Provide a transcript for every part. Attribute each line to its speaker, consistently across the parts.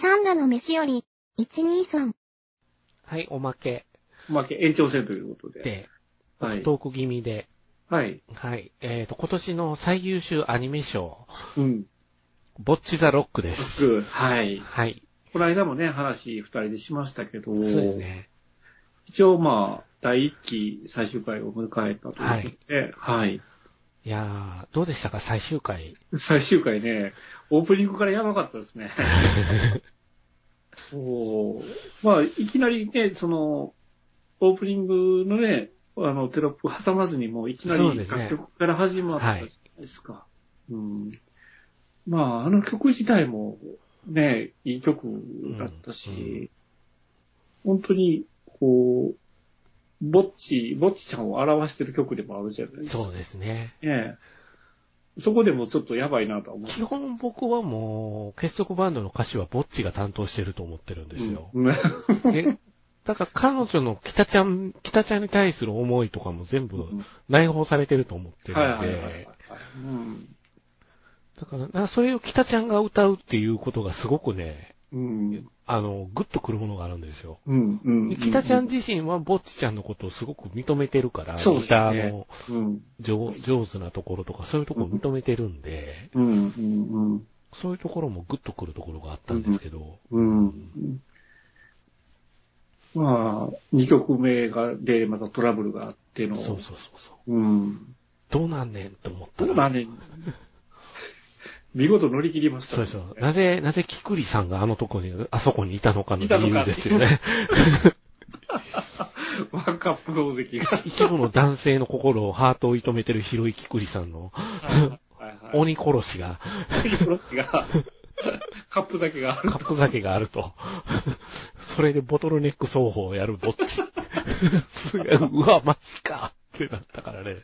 Speaker 1: 今の飯より、123。
Speaker 2: はい、おまけ
Speaker 3: まあ、延長戦ということで。
Speaker 2: で、
Speaker 3: はい。
Speaker 2: トーク気味で、
Speaker 3: はい。
Speaker 2: はい、えっ、と、今年の最優秀アニメ賞、
Speaker 3: うん。
Speaker 2: ボッチザ・ロックです。
Speaker 3: 僕、はい。
Speaker 2: はい、
Speaker 3: この間もね、話二人でしましたけど、
Speaker 2: そうですね。
Speaker 3: 一応まあ、第一期最終回を迎えたということで、はい。
Speaker 2: いやー、どうでしたか、最終回。
Speaker 3: 最終回ね、オープニングからやばかっ たですね。そう。まあ、いきなりね、その、オープニングのね、あの、テロップ挟まずにもういきな
Speaker 2: そうで
Speaker 3: り
Speaker 2: すね
Speaker 3: 楽曲から始まったじゃないですか。うん。まあ、あの曲自体もね、いい曲だったし、本当に、こう、ぼっち、ぼっちちゃんを表してる曲でもあるじゃないですか。
Speaker 2: そうですね。
Speaker 3: ねそこでもちょっとやばいなとは思って
Speaker 2: 基本僕はもう、結束バンドの歌詞はボッチが担当してると思ってるんですよ。
Speaker 3: うん
Speaker 2: えだから彼女の北ちゃん、北ちゃんに対する思いとかも全部
Speaker 3: うん
Speaker 2: 内包されてると思ってるん
Speaker 3: はい
Speaker 2: で、
Speaker 3: はいはいはい。うん
Speaker 2: だからな、それを北ちゃんが歌うっていうことがすごくね、
Speaker 3: うん。
Speaker 2: あの、グッとくるものがあるんですよ。
Speaker 3: うん。うん。う
Speaker 2: で北ちゃん自身はぼっちちゃんのことをすごく認めてるから、
Speaker 3: そうですね
Speaker 2: ギターの
Speaker 3: うん。
Speaker 2: 上上手なところとか、そういうところを認めてるんで、
Speaker 3: うん。うん。
Speaker 2: そういうところもグッとくるところがあったんですけど、
Speaker 3: うん。うん。まあ、二曲目が、で、またトラブルがあっての。
Speaker 2: そうそうそうそう。
Speaker 3: う。うん。
Speaker 2: どうなんねんと思った
Speaker 3: ただ
Speaker 2: ら、
Speaker 3: まあね、見事乗り切りました
Speaker 2: そう
Speaker 3: ね。
Speaker 2: ですよ。なぜ、なぜキクリさんがあのとこに、あそこにいたのかの
Speaker 3: いた
Speaker 2: 理
Speaker 3: のか
Speaker 2: 由ですよね。
Speaker 3: ワンカップ大関が。
Speaker 2: 一部の男性の心を、ハートを射止めてる広いキクリさんの
Speaker 3: はいはいはい。
Speaker 2: 鬼殺しが、
Speaker 3: 鬼殺しが、カップだけがある。
Speaker 2: カップ酒があると。 それでボトルネック奏法をやるぼっ ち。うわ、マジかってなったからね。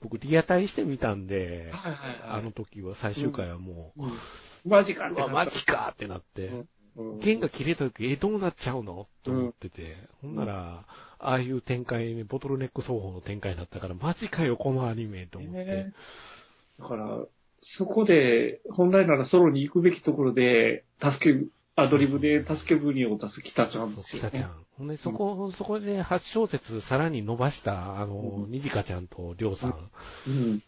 Speaker 2: 僕、リアタイしてみたんで、
Speaker 3: はいはい
Speaker 2: あ
Speaker 3: はい
Speaker 2: の時は最終回はも
Speaker 3: うん。マジか
Speaker 2: う、
Speaker 3: っ
Speaker 2: う
Speaker 3: てな
Speaker 2: わ、
Speaker 3: っ
Speaker 2: マ
Speaker 3: た
Speaker 2: ジかってなって、
Speaker 3: うん
Speaker 2: 弦が切れた時、え、どうなっちゃうのと思ってて、ほんなら、ああいう展開ね、ボトルネック奏法の展開だったから、マジかよ、このアニメと思って。
Speaker 3: ねだから、そこで、本来ならソロに行くべきところで、助け、アドリブで助け舟を出す北ちゃんで
Speaker 2: そ
Speaker 3: す
Speaker 2: う
Speaker 3: よ
Speaker 2: 北ちゃ
Speaker 3: ね。
Speaker 2: ん。ほんで、そこ、そこで8小節さらに伸ばした、あの
Speaker 3: う、
Speaker 2: にじかちゃんとりょうさん。
Speaker 3: うん。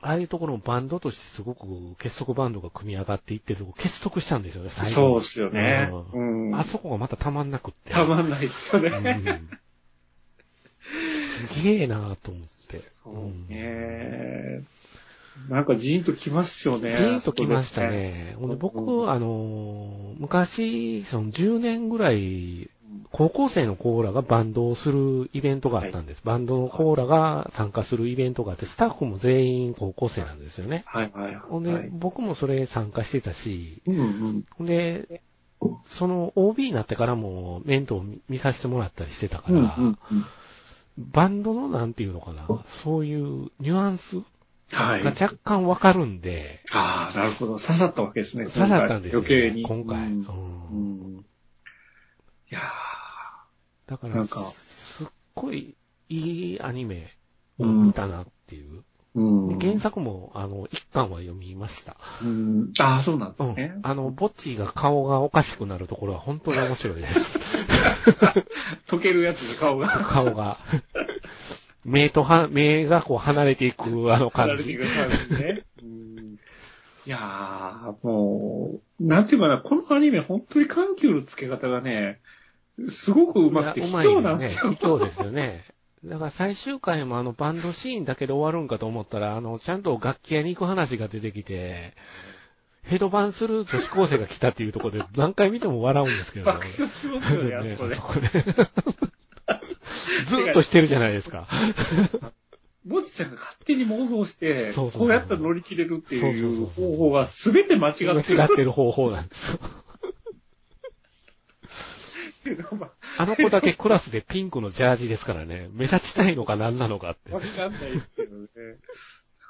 Speaker 2: ああいうところもバンドとしてすごく結束バンドが組み上がっていってるとこ結束したんですよね、最
Speaker 3: そう
Speaker 2: 後。
Speaker 3: ですよね。
Speaker 2: う
Speaker 3: うん。
Speaker 2: あそこがまたたまんなくって。
Speaker 3: たまんないですよ
Speaker 2: う
Speaker 3: ね。
Speaker 2: んすげえなぁと思って。
Speaker 3: そうね。なんかジーンときますよ
Speaker 2: うん
Speaker 3: ね。
Speaker 2: ジーンときました
Speaker 3: あ
Speaker 2: ね。ほんで
Speaker 3: う
Speaker 2: 僕、あのー、昔、その10年ぐらい
Speaker 3: うん、
Speaker 2: 高校生のコーラがバンドをするイベントがあったんです。バンドのコーラが参加するイベントがあって、スタッフも全員高校生なんですよね。
Speaker 3: そこですね。はいはい
Speaker 2: ほん
Speaker 3: はい。は
Speaker 2: で
Speaker 3: い、
Speaker 2: 僕もそれ参加してたし、
Speaker 3: うんうん。
Speaker 2: ほんで、その OB になってからも面倒を見見させてもらったりしてたか
Speaker 3: うんう
Speaker 2: ら、
Speaker 3: んうん。
Speaker 2: バンドのなんていうのかな、そういうニュアンス
Speaker 3: は
Speaker 2: が
Speaker 3: い。
Speaker 2: 若干わかるんで、
Speaker 3: ああ、なるほど。刺さったわけですね。
Speaker 2: 刺さったんですよ、ね、
Speaker 3: 余計に。
Speaker 2: 今回、
Speaker 3: うん
Speaker 2: う
Speaker 3: うんん。いや
Speaker 2: だから
Speaker 3: なんか
Speaker 2: すっごいいいアニメを見たなっていう。
Speaker 3: ーうん。
Speaker 2: で原作も、あの、一巻は読みました。
Speaker 3: うん。ああ、そうなんで
Speaker 2: う
Speaker 3: すね
Speaker 2: ん。。あの、ぼっちが顔がおかしくなるところは本当に面白いです。
Speaker 3: 溶けるやつの顔が。
Speaker 2: 顔が。 目とは、目がこう離れていくあの 感じ。
Speaker 3: ね。うんいやー、もう、なんていうかな、このアニメ本当に緩急のつけ方がね、すごくうまくて
Speaker 2: いや
Speaker 3: 卑
Speaker 2: うまいよ
Speaker 3: 怯
Speaker 2: ね
Speaker 3: なんですよ。
Speaker 2: 卑怯ですよね。だから最終回もあのバンドシーンだけで終わるんかと思ったら、あの、ちゃんと楽器屋に行く話が出てきて、ヘドバンする女子高生が来たっていうところで何回見ても笑うんですけど、
Speaker 3: 爆笑しますよね、あそこ
Speaker 2: ね
Speaker 3: ね
Speaker 2: そ。こでずっとしてるじゃないですか。
Speaker 3: もちちゃんが勝手に妄想し
Speaker 2: そ
Speaker 3: て、
Speaker 2: うそうそう
Speaker 3: こうやったら乗り切れるってい
Speaker 2: そう
Speaker 3: う
Speaker 2: そうそうそう
Speaker 3: 方法が全て間違って
Speaker 2: 間違
Speaker 3: る
Speaker 2: っ。てる方法なんですよ。
Speaker 3: っていうのが
Speaker 2: あの子だけクラスでピンクのジャージですからね、目立ちたいのか何なのかって。
Speaker 3: わかんないですけどね。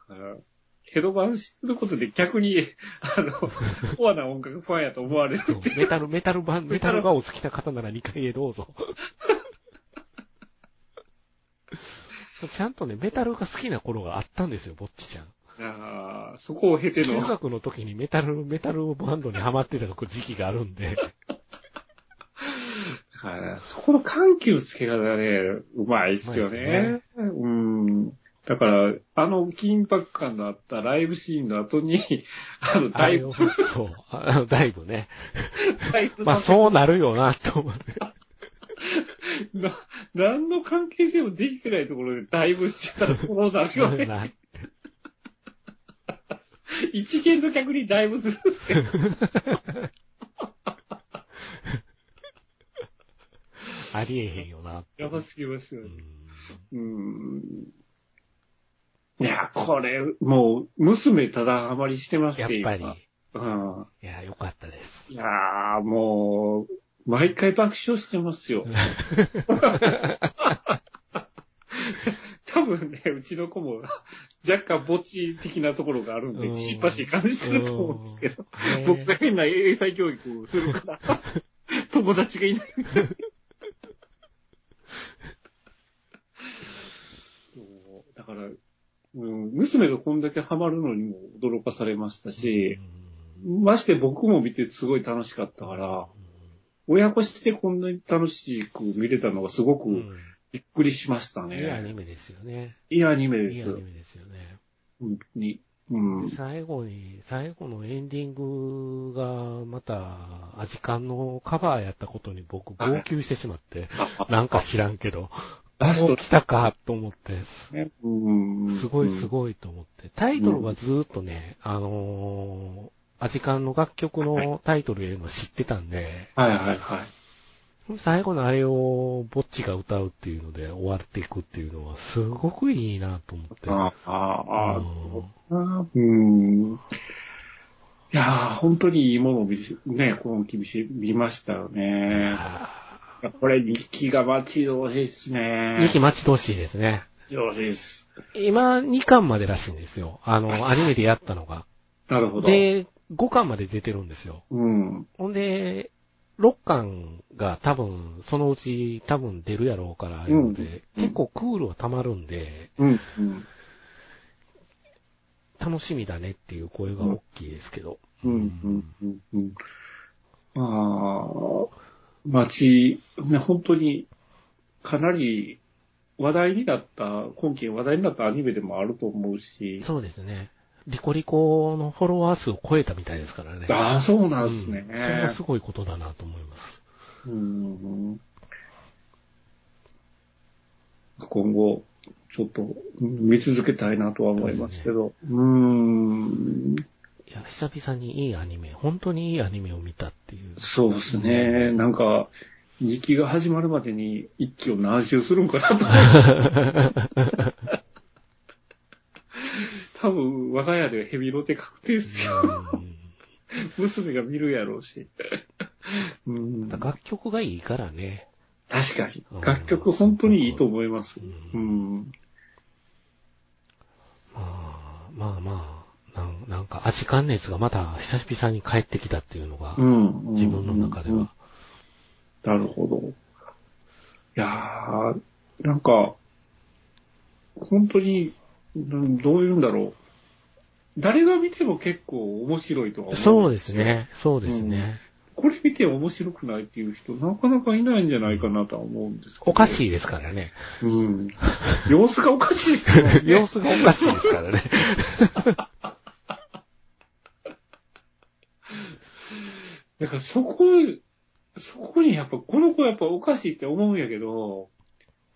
Speaker 3: だから、ヘドバンすることで逆に、 あの、コアな音楽ファンやと思われる。
Speaker 2: メタル、メタル版、メタルがお好きな方なら2階へどうぞ。ちゃんとね、メタルが好きな頃があったんですよ、ぼっちちゃん。
Speaker 3: ああ、そこを経て
Speaker 2: 中
Speaker 3: の。
Speaker 2: 学の時にメタル、メタルバンドにハマってた時期があるんで、
Speaker 3: はい、そこの緩急つけ方がね、うまいっすよね。うん。だから、あの緊迫感のあったライブシーンの後に、 あの、
Speaker 2: あ
Speaker 3: だい
Speaker 2: れ
Speaker 3: ぶ
Speaker 2: を、そう、あのだいぶね。
Speaker 3: だいぶ
Speaker 2: まあそうなるよな、と思って。
Speaker 3: な、何の関係性もできてないところでだいぶしたらそうなるよね。
Speaker 2: な
Speaker 3: 一元の客にだいぶするっすよ。
Speaker 2: ありえへんよな。
Speaker 3: やばすぎますよ
Speaker 2: う
Speaker 3: ね。
Speaker 2: ん
Speaker 3: うん。いや、これ、もう、娘ただハマりしてます
Speaker 2: やっ
Speaker 3: っていうか
Speaker 2: ぱり、
Speaker 3: うん。
Speaker 2: いや、よかったです。
Speaker 3: いやー、もう、毎回爆笑してますよ。多分ね、うちの子も若干墓地的なところがあるん
Speaker 2: うん
Speaker 3: で、しっぱし感じてると思うんですけど、
Speaker 2: うん
Speaker 3: 僕が変な英才教育をする から、友達がいない。そうだから、うん、娘がこんだけハマるのにも驚かされましたし、まして僕も見てすごい楽しかったから、親子してこんなに楽しく見れたのがすご
Speaker 2: う
Speaker 3: く
Speaker 2: ん
Speaker 3: びっくりしました
Speaker 2: いいアニ
Speaker 3: ね。
Speaker 2: メですよね。
Speaker 3: いいアニメで
Speaker 2: いいア
Speaker 3: す
Speaker 2: ニ。メですよね。
Speaker 3: 本当に。うん
Speaker 2: で。最後に、最後のエンディングが、また、アジカンのカバーやったことに僕、号泣してしまって、なんか知らんけど、ラスト来たかと思って、すごいす
Speaker 3: い。
Speaker 2: ごいと思って。タイトルはずーっとね、あのーアジカンの楽曲のタイトルよりも知ってたんで、
Speaker 3: はいはいはい。
Speaker 2: 最後のあれをぼっちが歌うっていうので終わっていくっていうのはすごくいいなと思って。
Speaker 3: ああ、あ
Speaker 2: うん
Speaker 3: あ、うん。いやー、本当にいいものを見るね、この厳し見ましたよね。いやこれ、日記が待ち遠しいっすね。
Speaker 2: 2期待ち遠しいですね。
Speaker 3: 待ち遠しいっす。
Speaker 2: 今2巻までらしいんですよ。あの、アニメでやったのが。
Speaker 3: なるほど。
Speaker 2: で、5巻まで出てるんですよ。
Speaker 3: うん。
Speaker 2: ほんで、6巻が多分、そのうち多分出るやろうから、いうので、
Speaker 3: うん
Speaker 2: 結構クールは溜まるんで、
Speaker 3: うん。うん。
Speaker 2: 楽しみだねっていう声が大きいですけど。
Speaker 3: うんうんうんうんまあ、街、ね、本当にかなり話題になった、今期話題になったアニメでもあると思うし、
Speaker 2: そうですね。リコリコのフォロワー数を超えたみたいですからね。
Speaker 3: ああ、そうなんですね。
Speaker 2: うんそれはすごいことだなと思います。
Speaker 3: うん今後、ちょっと見続けたいなとは思いますけど、うん、
Speaker 2: いや、久々にいいアニメ、本当にいいアニメを見たって いう。
Speaker 3: そうですね。なんか、2期が始まるまでに1期を何周するんかなと。 多分、我が家でヘビロテ確定っすよ。
Speaker 2: う
Speaker 3: 娘が見るやろうし。うん
Speaker 2: ん、だから楽曲がいいからね。
Speaker 3: 確かに
Speaker 2: うん。
Speaker 3: 楽曲本当にいいと思います。
Speaker 2: う
Speaker 3: うん。
Speaker 2: まあまあまあ、なんなんか、味観熱がまた久々に帰ってきたっていうのが
Speaker 3: う、ん。
Speaker 2: 自分の中では。
Speaker 3: なるほど。いやー、なんか、本当に、うんどういうんだろう。誰が見ても結構面白いとは思う。
Speaker 2: そうです。ね。そうですね。
Speaker 3: これ見て面白くないっていう人、なかなかいないんじゃないかなとは思うんですけど。
Speaker 2: おか
Speaker 3: い。
Speaker 2: しいですからね。
Speaker 3: うん。様子がおかしいですよ ね。
Speaker 2: 様子がおかしいですからね。
Speaker 3: だからそこ、そこにやっぱ、この子やっぱおかしいって思うんやけど、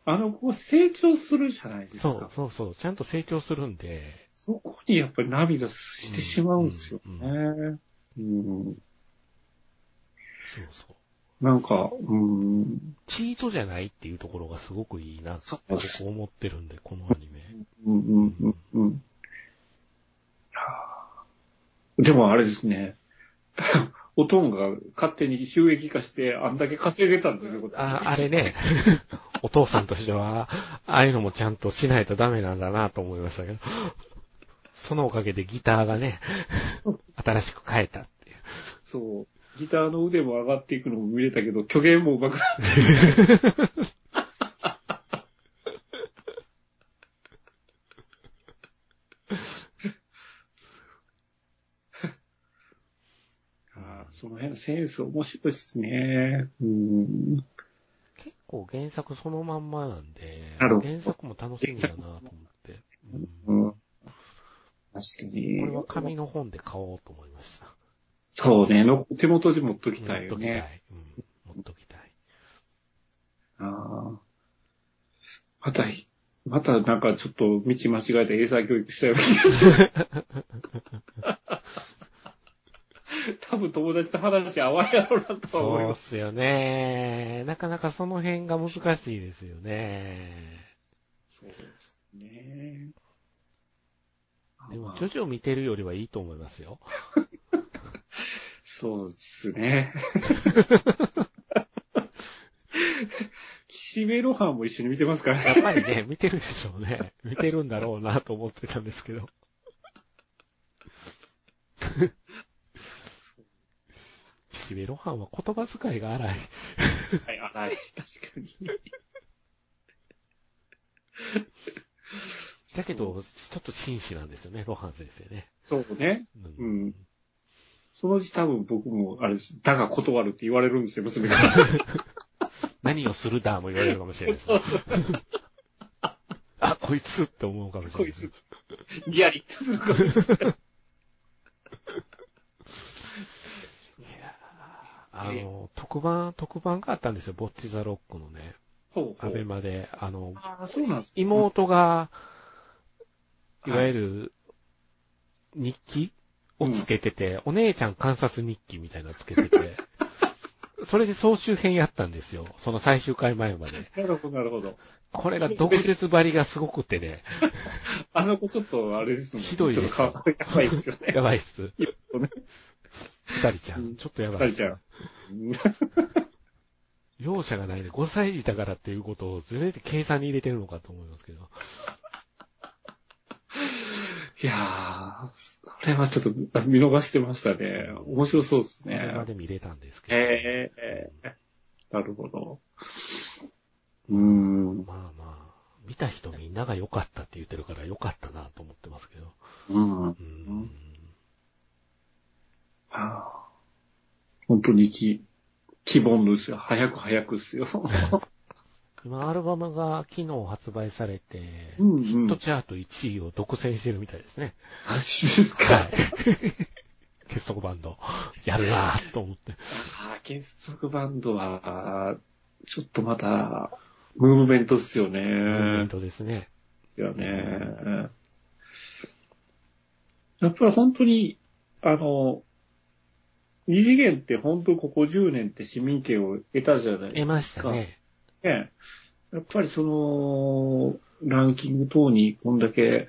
Speaker 3: あの子成長するじゃないですか。
Speaker 2: そうそうそう。ちゃんと成長するんで。
Speaker 3: そこにやっぱり涙してしまうんですよね。
Speaker 2: う
Speaker 3: うん
Speaker 2: そうそう。
Speaker 3: なんか、うん、
Speaker 2: チートじゃないっていうところがすごくいいなって
Speaker 3: そう
Speaker 2: 僕思ってるんで、このアニメ。
Speaker 3: うん、うん、うんうん。いやーでもあれですね。 おとんが勝手に収益化してあんだけ稼いでたんだいうこと
Speaker 2: あ、あれね、 お父さんとしては、ああいうのもちゃんとしないとダメなんだなと思いましたけど、そのおかげでギターがね、新しく変えたっていう。
Speaker 3: そう。ギターの腕も上がっていくのも見れたけど、虚言も上手くなって。センス面白いっすね。うん。
Speaker 2: 結構原作そのまんまなんで、
Speaker 3: なるほど
Speaker 2: 原作も楽しみだなと思って。う
Speaker 3: うんん、確かに。
Speaker 2: これは紙の本で買おうと思いました。
Speaker 3: そうね、の手元で持っときたい
Speaker 2: 持
Speaker 3: よ
Speaker 2: っとき
Speaker 3: ね
Speaker 2: た。い。うん、持っときたい。
Speaker 3: ああまた、またなんかちょっと道間違えて英才教育したような気がする。多分友達と話合わんやろうなとは思い
Speaker 2: そう
Speaker 3: ま
Speaker 2: っ
Speaker 3: す。
Speaker 2: すよね。なかなかその辺が難しいですよね。
Speaker 3: そうですね。
Speaker 2: でも、
Speaker 3: あ
Speaker 2: 徐々見てるよりはいいと思いますよ。
Speaker 3: そうですね。 岸辺露伴も一緒に見てますから
Speaker 2: や
Speaker 3: ね。
Speaker 2: っぱりね、見 てるでしょうね。見てるんだろうなと思ってたんですけ ど。岸辺露伴は言葉遣いが荒い。
Speaker 3: はい、はい、確かに。
Speaker 2: だけど、ちょっと紳士なんですよね、露伴先生ね。
Speaker 3: そうね。
Speaker 2: う
Speaker 3: うんそのうち多分僕も、あれです、だが断るって言われるんですよ、娘が。
Speaker 2: 何をするだも言われるかもしれないですね。 あ、こいつって思うかもしれない
Speaker 3: こ
Speaker 2: で
Speaker 3: い
Speaker 2: す
Speaker 3: つ。、ギャリってするから。
Speaker 2: あの、特番、特番があったんですよ、ボッチザロックのね、
Speaker 3: そう
Speaker 2: アベマで。あの、
Speaker 3: ああ、そうなんです
Speaker 2: 妹が、
Speaker 3: う
Speaker 2: い
Speaker 3: ん
Speaker 2: わゆる、日記をつけてて、お姉ちゃん観察日記みたいなのつけて て、それで総集編やったんですよ、その最終回前まで。
Speaker 3: なるほど、なるほど。
Speaker 2: こ れが毒舌張りがすごくてね、
Speaker 3: あの子ちょっと、あれですもんね。
Speaker 2: ひどいです
Speaker 3: ち
Speaker 2: よ
Speaker 3: ょっとか、やばいです よね。
Speaker 2: やばいっす。
Speaker 3: いやごめん
Speaker 2: 二人ちゃ、
Speaker 3: うんん
Speaker 2: ちょっとやば
Speaker 3: 二
Speaker 2: いっ
Speaker 3: 人ちゃ
Speaker 2: す
Speaker 3: ん。。うん
Speaker 2: 容赦がないで、5歳児だからっていうことをずれて計算に入れてるのかと思いますけど。
Speaker 3: いやー、それはちょっと見逃してましたね。面白そうです
Speaker 2: これま
Speaker 3: ね。
Speaker 2: で見れたんですけど。
Speaker 3: ええなるほど。うーん。
Speaker 2: まあまあ、見た人みんなが良かったって言ってるから良かったなと思ってますけど。
Speaker 3: うん
Speaker 2: う。ん
Speaker 3: ん。はあ本当にき、希望のですよ。早く早くですよ。
Speaker 2: 今、アルバムが昨日発売されて、
Speaker 3: ん
Speaker 2: ヒッ
Speaker 3: う
Speaker 2: トチャート1位を独占してるみたいですね。
Speaker 3: 話ですか。
Speaker 2: はい。 結束バンド。やるなぁと思って。
Speaker 3: ああ、結束バンドは、ちょっとまた、ムーブメントっすよ
Speaker 2: ムーブメン
Speaker 3: ね。
Speaker 2: トですね。
Speaker 3: よね。やっぱり本当に、あの、二次元って本当ここ10年って市民権を得たじゃない
Speaker 2: 得ましたね。
Speaker 3: ね、やっぱりその、ランキング等にこんだけ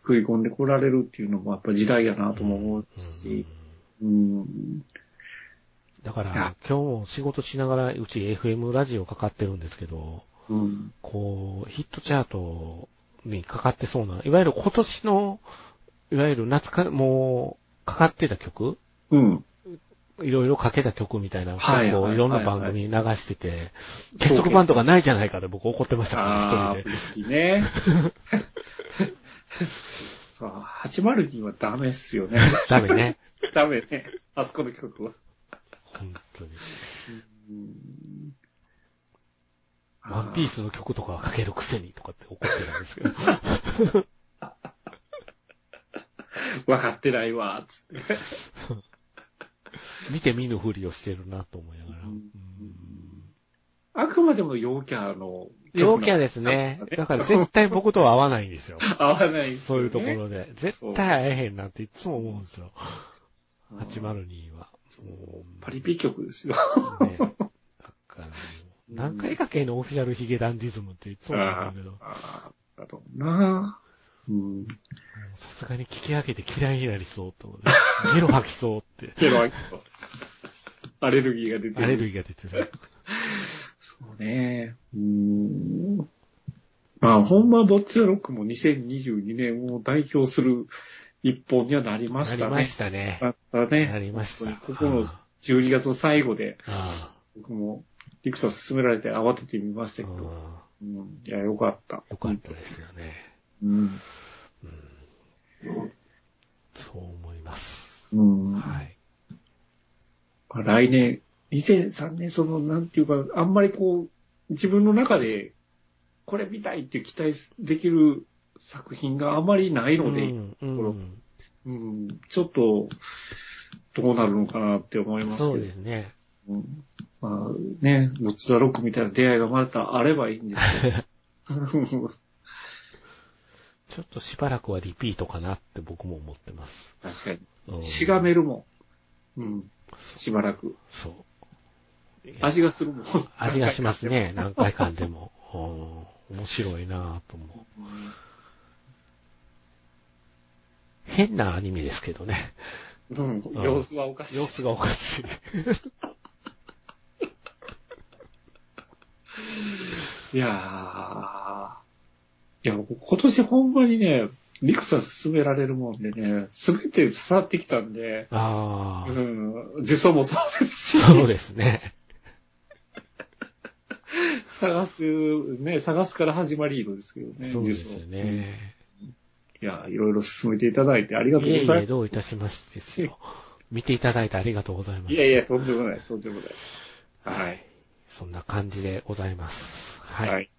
Speaker 3: 食い込んでこられるっていうのもやっぱ時代やなとも思うし、うん、
Speaker 2: だから、
Speaker 3: いや
Speaker 2: 今日も仕事しながら、うち FM ラジオかかってるんですけど、
Speaker 3: うん、
Speaker 2: こう、ヒットチャートにかかってそうな、いわゆる今年の、いわゆる夏か、もう、かかってた曲
Speaker 3: うん、
Speaker 2: いろいろかけた曲みたいな、結
Speaker 3: はい
Speaker 2: 構
Speaker 3: はい
Speaker 2: いろんな番組流してて、結束バンドがないじゃないかと僕怒ってましたから、
Speaker 3: あ
Speaker 2: 一
Speaker 3: あ
Speaker 2: 人で。
Speaker 3: ー、い いね。あー802はダメっすよね。
Speaker 2: ダメね。
Speaker 3: ダメね。あそこの曲は。
Speaker 2: 本当に。
Speaker 3: うん
Speaker 2: ワンピースの曲とかはかけるくせにとかって怒ってたんです けど。
Speaker 3: わかってないわ、つって。
Speaker 2: 見て見ぬふりをしてるなと思いながら。
Speaker 3: う
Speaker 2: うんん
Speaker 3: あくまでも陽キャの。
Speaker 2: 陽キャですね。だから絶対僕とは合わないんですよ。
Speaker 3: 合わないっす
Speaker 2: そうい
Speaker 3: よね
Speaker 2: うところで。絶対会えへんなっていつも思うんですよ。802は。もう
Speaker 3: パリピ曲ですよ。
Speaker 2: ね。だからもう、何回か系のオフィシャルヒゲダンディズムっていつも思うんだけど、
Speaker 3: ああ、だろうな。うん。
Speaker 2: さすがに聞き上げて嫌いになりそうと思って、 ゲロ吐きそうって、
Speaker 3: けど、アレルギーが出て
Speaker 2: ア
Speaker 3: る。
Speaker 2: レルギーが出てる。
Speaker 3: そうね。うん。まあ、ほんま、どっちのロックも2022年を代表する一本にはなりま
Speaker 2: な
Speaker 3: し
Speaker 2: り
Speaker 3: た
Speaker 2: ま
Speaker 3: ね。
Speaker 2: したね。
Speaker 3: なった
Speaker 2: な
Speaker 3: ね。
Speaker 2: りました。
Speaker 3: ここの12月の最後で、
Speaker 2: あ
Speaker 3: 僕も、リクさん勧められて慌ててみました
Speaker 2: あ
Speaker 3: けど、
Speaker 2: ああ
Speaker 3: うん、いや、よかった。
Speaker 2: よかったですよね。
Speaker 3: うん。
Speaker 2: そう思います。
Speaker 3: うん。
Speaker 2: はい。
Speaker 3: あまあ来年、2003年、その、なんていうか、あんまりこう、自分の中で、これ見たいっていう期待できる作品があまりないので、
Speaker 2: うんうん
Speaker 3: うんちょっと、どうなるのかなって思いますけど。
Speaker 2: そうですね。
Speaker 3: うんまあね、ロッツダロックみたいな出会いがまたあればいいんですけ ど。
Speaker 2: ちょっとしばらくはリピートかなって僕も思ってます。
Speaker 3: 確かに。
Speaker 2: うん
Speaker 3: しがめるもん。うん。しばらく。
Speaker 2: そう。いや
Speaker 3: 味がするもん。
Speaker 2: 味がしますね。何回かんでも。うん面白いなぁと思う。変なアニメですけど ね。
Speaker 3: うん。
Speaker 2: ん
Speaker 3: 様子はおかしい。
Speaker 2: 様子がおか しい。
Speaker 3: いやー。いや、僕今年ほんまにね、ミクさん勧められるもんでね、すべて伝わってきたんで、
Speaker 2: あ
Speaker 3: う
Speaker 2: あ、
Speaker 3: ん、受賞もそうですし、
Speaker 2: そうですね。
Speaker 3: 探す、ね、探すから始まりのですけどね。
Speaker 2: そうですよ
Speaker 3: 受
Speaker 2: ね。
Speaker 3: 賞。いや、いろいろ進めていただいてありがとう
Speaker 2: いえ
Speaker 3: ご
Speaker 2: い
Speaker 3: ざ
Speaker 2: え、
Speaker 3: いま。
Speaker 2: どういたしましてですよ。見ていただいてありがとうございますす。
Speaker 3: いやいや、とんでもない、とんでもない。はい。
Speaker 2: そんな感じでございます。はい。
Speaker 3: はい。